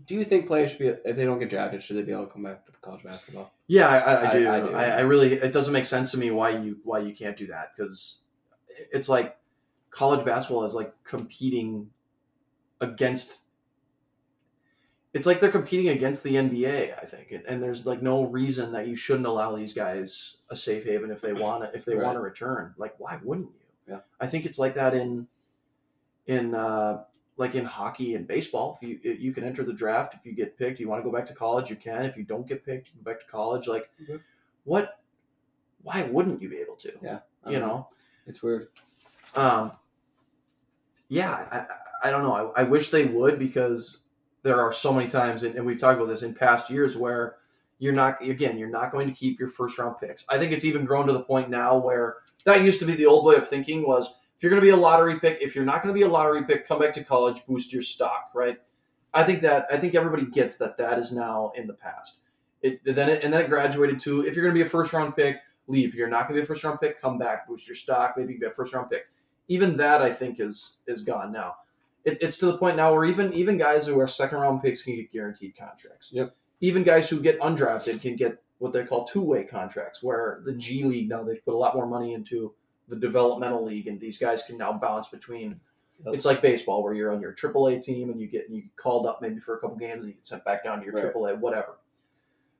do you think players should be if they don't get drafted, should they be able to come back to college basketball?
Yeah, I, I, I
I-
do. I,
I do.
I, really. It doesn't make sense to me why you why you can't do that because it's like college basketball is like competing against. It's like they're competing against the NBA, I think, and, and there's like no reason that you shouldn't allow these guys a safe haven if they want to if they
Right.
want to return. Like, why wouldn't you?
Yeah.
I think it's like that in in uh, like in hockey and baseball. If you you can enter the draft if you get picked, you want to go back to college, you can. If you don't get picked, you can go back to college. Like,
Mhm.
what? Why wouldn't you be able to?
I don't
you know,
it's weird.
um, yeah, I, I- I don't know. I, I wish they would because there are so many times, and, and we've talked about this in past years, where you're not, again, you're not going to keep your first round picks. I think it's even grown to the point now where that used to be the old way of thinking was if you're going to be a lottery pick, if you're not going to be a lottery pick, come back to college, boost your stock, right? I think that I think everybody gets that that is now in the past. It, then it, and then it graduated to if you're going to be a first round pick, leave. If you're not going to be a first round pick, come back, boost your stock, maybe be a first round pick even that I think is is gone now. It, it's to the point now where even even guys who are second round picks can get guaranteed contracts.
Yep.
Even guys who get undrafted can get what they call two way contracts, where the G League now they've put a lot more money into the developmental league, and these guys can now bounce between.
Yep.
It's like baseball where you're on your AAA team and you get you get called up maybe for a couple games and you get sent back down to your
Right.
AAA, whatever.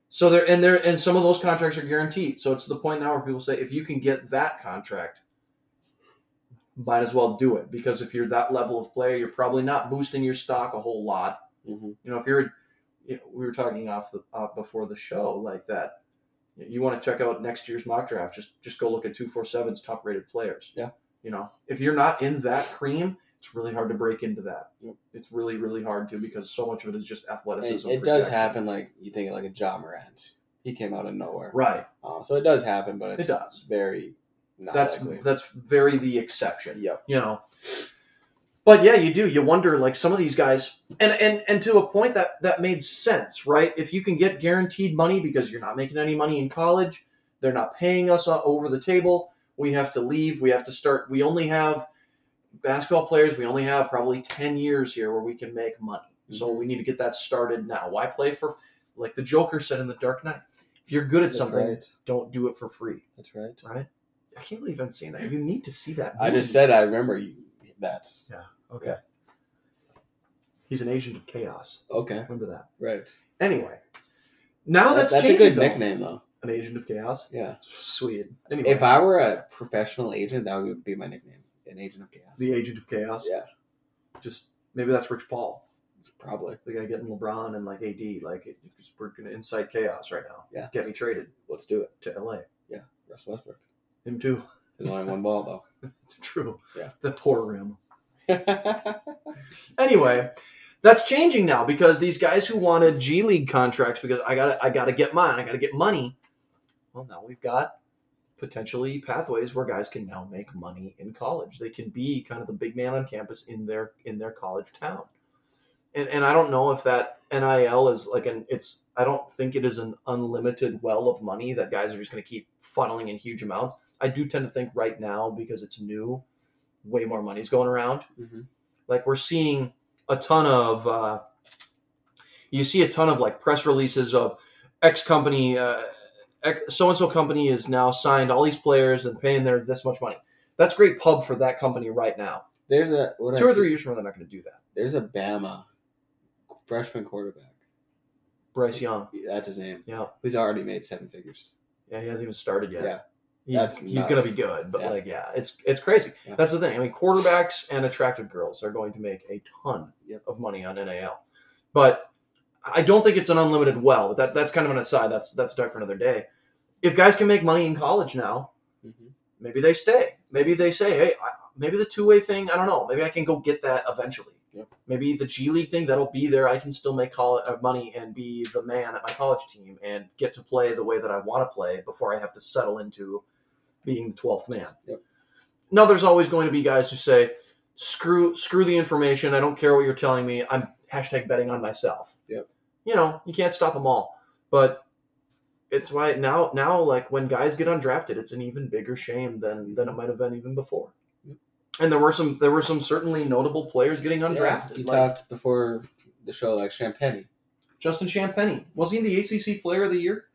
So there and there and some of those contracts are guaranteed. So it's to the point now where people say if you can get that contract, might as well do it because if you're that level of player, you're probably not boosting your stock a whole lot.
Mm-hmm.
You know, if you're, you know, we were talking off the uh, before the show like that. You want to check out next year's mock draft? Just just go look at two four seven's top rated players.
Yeah.
You know, if you're not in that cream, it's really hard to break into that.
Yep.
It's really really hard to because so much of it is just
It,
athleticism.
it does
projection.
happen. Like you think of like a John Morant, he came out of nowhere.
Right.
Uh, so it does happen, but it's
It does.
very not
That's
likely.
that's very the exception.
Yep.
you know but yeah you do you wonder like some of these guys and and and to a point that that made sense right if you can get guaranteed money because you're not making any money in college they're not paying us o- over the table we have to leave we have to start we only have basketball players we only have probably 10 years here where we can make money so
Mm-hmm.
we need to get that started now why play for like the joker said in the dark knight if you're good at
That's
something
right.
don't do it for free
That's right.
i can't believe i'm saying that you need to see that
I
movie.
just said I remember you, that.
Okay. He's an agent of chaos.
Okay,
Remember that.
right.
Anyway, now
That-
Oh, that's,
that's a
changing,
good
though.
nickname though.
An agent of chaos.
Yeah.
That's sweet. Anyway,
If I were a professional agent, that would be my nickname. An agent of chaos.
the agent of chaos.
Yeah.
Just maybe that's Rich Paul,
Probably.
the guy getting LeBron and like AD. Like it, it's- we're gonna incite chaos right now.
Yeah.
Get me traded
Let's do it.
to LA.
Russ Westbrook.
Him too.
There's only one ball though.
It's true.
Yeah.
The poor rim.
yeah.
anyway, that's changing now because these guys who wanted G League contracts because I got to I got to get mine, I got to get money. Well, now we've got potentially pathways where guys can now make money in college. They can be kind of the big man on campus in their in their college town. And and I don't know if that NIL is like an it's I don't think it is an unlimited well of money that guys are just going to keep funneling in huge amounts. I do tend to think right now because it's new, way more money's going around.
Mhm.
Like we're seeing a ton of uh, you see a ton of like press releases of X company, uh, so and so company is now signed all these players and paying their this much money. That's great pub for that company right now.
There's a what
Two
I
or
see-
three years from now, they're not going to do that.
There's a Bama freshman quarterback.
Bryce Young,
That's his name.
yeah,
Who's already made seven figures.
yeah, he hasn't even started yet.
Yeah.
He's,
That's
he's going
nuts.
to be good, but
Yeah.
like, yeah, it's it's crazy.
Yeah.
That's the thing. I mean, quarterbacks and attractive girls are going to make a ton
Yep.
of money on NAL, but I don't think it's an unlimited well. But that that's kind of an aside. That's that's dark for another day. If guys can make money in college now, Mm-hmm. maybe they stay. Maybe they say, hey, I, maybe the two way thing, I don't know. Maybe I can go get that eventually.
Yep.
Maybe the G League thing, that'll be there. I can still make coll uh, money and be the man at my college team and get to play the way that I want to play before I have to settle into being the 12th man.
Yep.
Now, there's always going to be guys who say, screw, screw the information. I don't care what you're telling me. I'm hashtag betting on myself.
Yep.
You know, you can't stop them all. But it's why now now like when guys get undrafted it's an even bigger shame than
Mm-hmm.
than it might have been even before
Yep.
and there were some there were some certainly notable players getting
Yeah,
undrafted
you
like
talked before the show like Champagne.
justin champenny was he the acc player of the year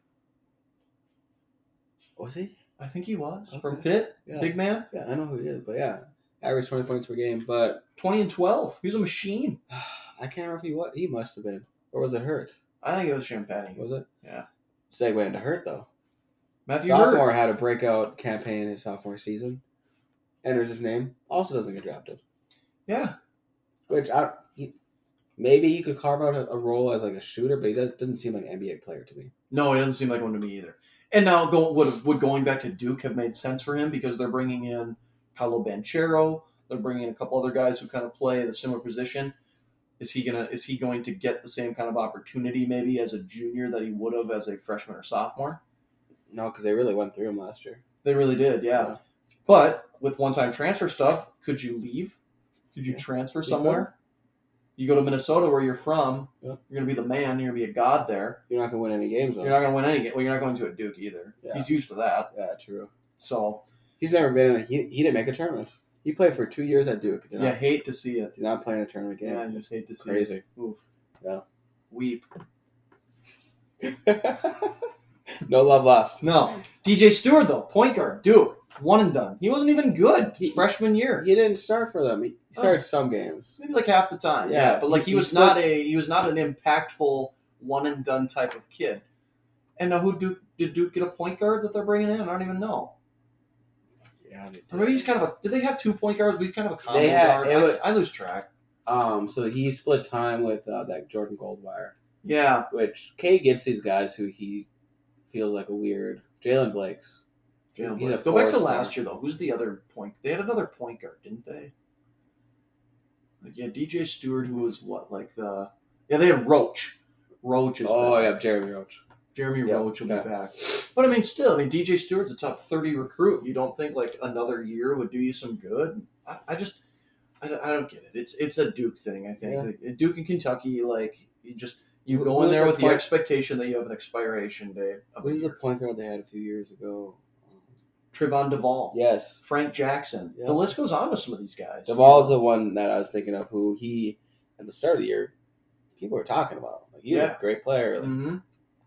Was he?
i think he was from
Okay.
pitt
Yeah.
big man
Yeah, I know who he is, but yeah, average twenty points per game. But
20 and 12 he was a machine
I can't remember if he what he must have been, or was it Hurt?
i think it was champenny
Was it?
Yeah.
Segue into Hurt though.
matthew Hurt.
sophomore had a breakout campaign his sophomore season. Enters his name, also doesn't get drafted.
yeah
Which I he, maybe he could carve out a, a role as like a shooter, but he does, doesn't seem like an NBA player to me.
no he doesn't seem like one to me either and now go, would would going back to duke have made sense for him because they're bringing in paolo banchero they're bringing in a couple other guys who kind of play the similar position is he gonna is he going to get the same kind of opportunity maybe as a junior that he would have as a freshman or sophomore?
No, because they really went through him last year.
They really did, yeah.
Yeah.
But with one time transfer stuff, could you leave? Could you
Yeah.
transfer
could.
somewhere? You go to Minnesota where you're from,
Yeah.
you're gonna be the man, you're gonna be a god there.
You're not gonna win any games. Though.
You're not gonna win any game. Well, you're not going to a Duke either.
Yeah.
He's used for that.
yeah, true.
So
He's never been in. A, he he didn't make a tournament. He played for two years at Duke. Did
yeah,
not
hate to see it.
did not play in a tournament game.
Yeah, I just hate to see
Crazy.
it. Oof.
Yeah.
Weep.
no love lost.
No. DJ Stewart though, point guard, Duke, one and done. He wasn't even good
He-
freshman year.
He didn't start for them. He
Oh.
started some games.
maybe like half the time.
Yeah,
Yeah, but like he,
he-
was
he's
not a he was not an impactful one and done type of kid. And now who Duke did Duke get a point guard that they're bringing in? I don't even know.
Yeah, they did.
Or maybe he's kind of a. Did they have two point guards? But he's kind of a combo
They had-
guard.
it
I,
was-
I lose track.
Um, so he split time with uh, that Jordan Goldwire,
Yeah,
which Kay gives these guys who he feels like a weird Jalen Blake's.
Jalen
He's a
Blake. go back to
four-star.
last year though. Who's the other point? They had another point guard, didn't they? Like yeah, DJ Stewart, who was what like the yeah they had Roach. Roach is
Oh
back.
yeah, Jeremy Roach.
Jeremy
Yeah,
Roach will
yeah.
be back. But I mean, still, I mean, DJ Stewart's a top 30 recruit. You don't think like another year would do you some good? I, I just, I, don't- I don't get it. It's it's a Duke thing, I think.
Yeah.
Like, Duke and Kentucky, like, you just, you
Who-
go
who
in
is
there
the
with the
point-
expectation that you have an expiration date. Of a
Who's the
year.
point guard they had a few years ago?
Trevon Duvall,
Yes,
Frank Jackson.
Yeah.
The list goes on with some of these guys.
Duvall is the one that I was thinking of. Who he at the start of the year, people were talking about. Like he's
Yeah.
a great player, like,
hmm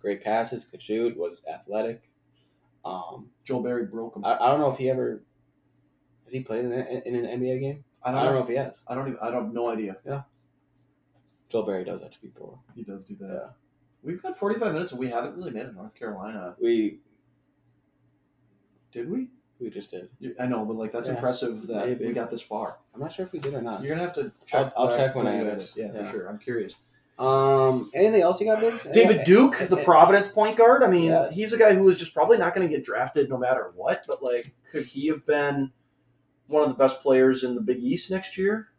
great passes, could shoot, was athletic. Um,
Joel Berry broke him.
I, I don't know if he ever has he played in, a, in an NBA game.
I
I
don't,
don't
know.
know if he has.
I don't even, I don't, no idea.
Joel Berry does that to people.
He does do that.
Yeah.
We've got 45 minutes and we haven't really made a North Carolina.
We
Did we?
we just did.
You- I know, but like that's
Yeah,
impressive that
maybe.
we got this far.
I'm not sure if we did or not.
You're gonna have to check.
I'll check when I
you
edit.
Yeah,
Yeah.
for sure. I'm curious.
Um, anything else you got, Biggs?
David Duke, the
eh, eh.
Providence point guard. I mean,
Yes.
he's a guy who was just probably not going to get drafted no matter what. But like, could he have been one of the best players in the Big East next year?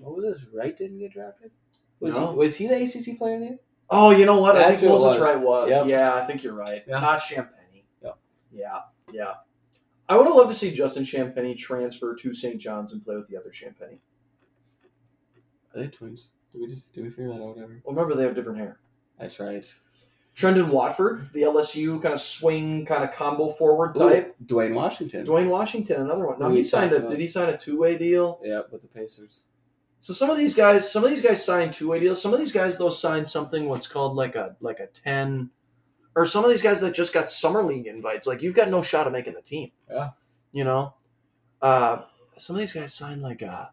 Moses Wright didn't get drafted. Was
No.
he was he the ACC player of the year?
Oh, you know what? I
That's
think
who it was.
Moses Wright was.
Yep.
Yeah, I think you're right.
Yeah.
Not Champagne.
Yep.
Yeah, yeah. I would have loved to see Justin Champagny transfer to St. John's and play with the other Champagny.
Are they twins? Did we just did we figure that out ever?
Well, remember they have different hair.
That's right.
Trendon Watford, the LSU kind of swing, kind of combo forward type.
Ooh, Dwayne Washington.
Dwayne Washington, another one. Now
Who
he
you
signed
talking
a.
about?
Did he sign a two way deal?
Yeah, with the Pacers.
So some of these guys, some of these guys signed two way deals. Some of these guys though signed something what's called like a like a ten, or some of these guys that just got summer league invites. Like you've got no shot of making the team.
Yeah.
You know, uh, some of these guys signed like a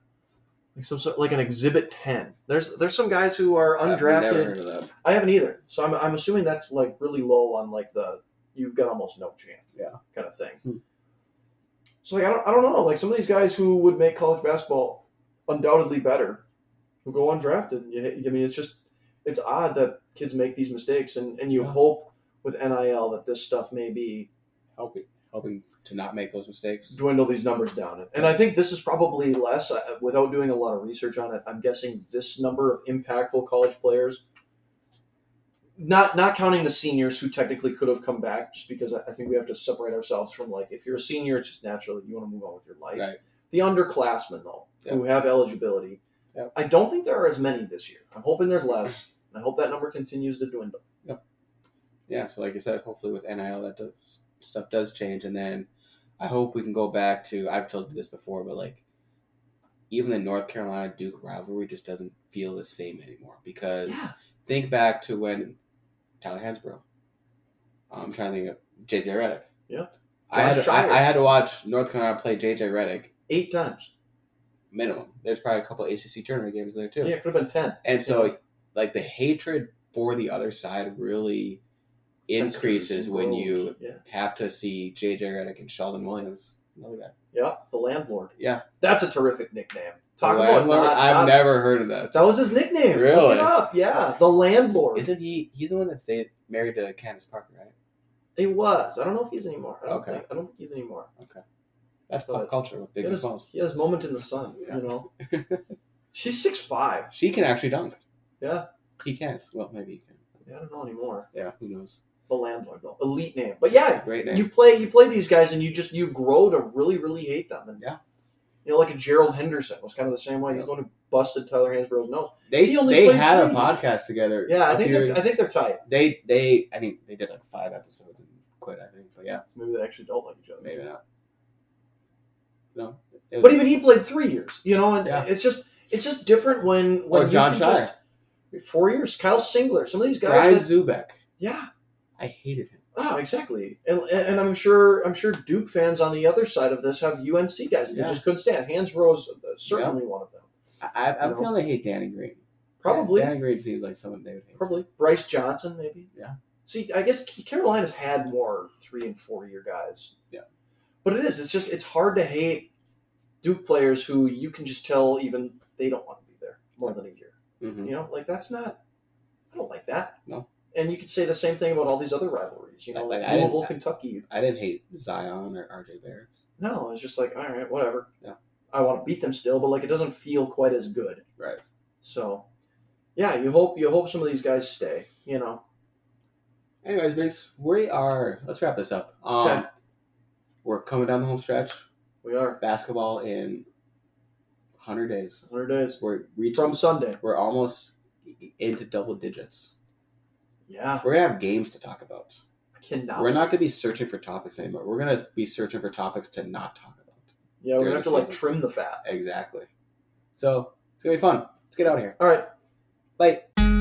like some sort like an exhibit ten. There's there's some guys who are
I've never
undrafted.
heard of that.
I haven't either. So I'm I'm assuming that's like really low on like the you've got almost no chance.
Yeah.
Kind of thing.
Hmm.
So like I don't I don't know like some of these guys who would make college basketball undoubtedly better who go undrafted. You, I mean it's just it's odd that kids make these mistakes and and you
Yeah.
hope with NIL that this stuff may be
Helping helping to not make those mistakes.
dwindle these numbers down. And I think this is probably less, uh, without doing a lot of research on it, I'm guessing this number of impactful college players, not not counting the seniors who technically could have come back, just because I, I think we have to separate ourselves from like, if you're a senior, it's just natural that you want to move on with your life.
Right.
The underclassmen, though, who have eligibility,
Yep.
I don't think there are as many this year. I'm hoping there's less, and I hope that number continues to dwindle.
Yeah. So like you said, hopefully with NIL that does, stuff does change, and then I hope we can go back to I've told you this before, but like even the North Carolina Duke rivalry just doesn't feel the same anymore because
Yeah.
think back to when Tyler Hansbrough. I'm trying to think of JJ Redick.
Yeah.
I had,
Josh
to, I,
Shire.
I had to watch North Carolina play JJ Redick
Eight times.
minimum. There's probably a couple ACC tournament games there too.
Yeah, it could have been ten.
And so,
Yeah.
like the hatred for the other side really increases when you
Yeah.
have to see JJ Redick and Sheldon Williams. Another guy.
Yeah, the landlord.
Yeah.
That's a terrific nickname. Talk
Well,
about
I've
not,
never- I've
not-
never heard of that.
That was his nickname. Look
Really?
it up. Yeah, the landlord.
Isn't he? He's the one that stayed married to Candace Parker, right?
He was. I don't know if he's anymore. I don't
Okay.
think. I don't think he's anymore.
That's
But-
pop culture with big
he,
and
has,
smalls.
he has moment in the sun.
Yeah.
You know. She's six five.
She can actually dunk.
Yeah.
He can't. Well, maybe he can.
I don't know anymore.
Yeah, who knows?
The landlord though, elite name. But yeah,
Great name.
you play you play these guys and you just you grow to really really hate them. And
Yeah.
You know, like a Gerald Henderson was kind of the same way. He's the one who busted Tyler Hansborough's nose.
they
he only
they
played
had a
three.
podcast together.
Yeah, I
a
think
few-
they're, I think they're tight.
they they I think they did like five episodes and quit. I think, but yeah,
So maybe they actually don't like each other.
maybe not. No, it
But
was-
even he played three years, you know, and
Yeah.
it's just it's just different when when
or John
you can
Shire,
just- four years. Kyle Singler, some of these
Brian
guys, that,
Zubek.
yeah,
I hated him.
oh, exactly, and and I'm sure I'm sure Duke fans on the other side of this have UNC guys that
Yeah.
they just couldn't stand. Hans Rose, uh, certainly one of them,
I, I, I'm
No.
feeling I hate Danny Green.
probably,
Danny Green seems like someone they would hate.
probably Bryce Johnson, maybe.
Yeah.
See, I guess Carolina's had more three and four year guys.
Yeah.
But it is. It's just it's hard to hate Duke players who you can just tell even they don't want to be there more than a year.
Mhm.
You know, like that's not. I don't like that.
No.
And you could say the same thing about all these other rivalries. You know,
Like-
like,
like, I
Louisville,
didn't-
Kentucky.
I didn't hate Zion or RJ Barrett.
No, it's just like all right, whatever.
Yeah.
I want to beat them still, but like it doesn't feel quite as good.
Right.
So, yeah, you hope you hope some of these guys stay. You know,
Anyways, Biggs, we are. Let's wrap this up. Um,
Okay.
We're coming down the home stretch.
we are
Basketball in 100 days.
100 days
We're reaching.
from Sunday.
we're almost into double digits.
Yeah,
We're gonna have games to talk about.
I cannot.
We're not gonna be searching for topics anymore. We're gonna be searching for topics to not talk about.
yeah, we're gonna have to like
Season.
trim the fat.
Exactly. So it's gonna be fun. Let's get out of here.
All right.
Bye.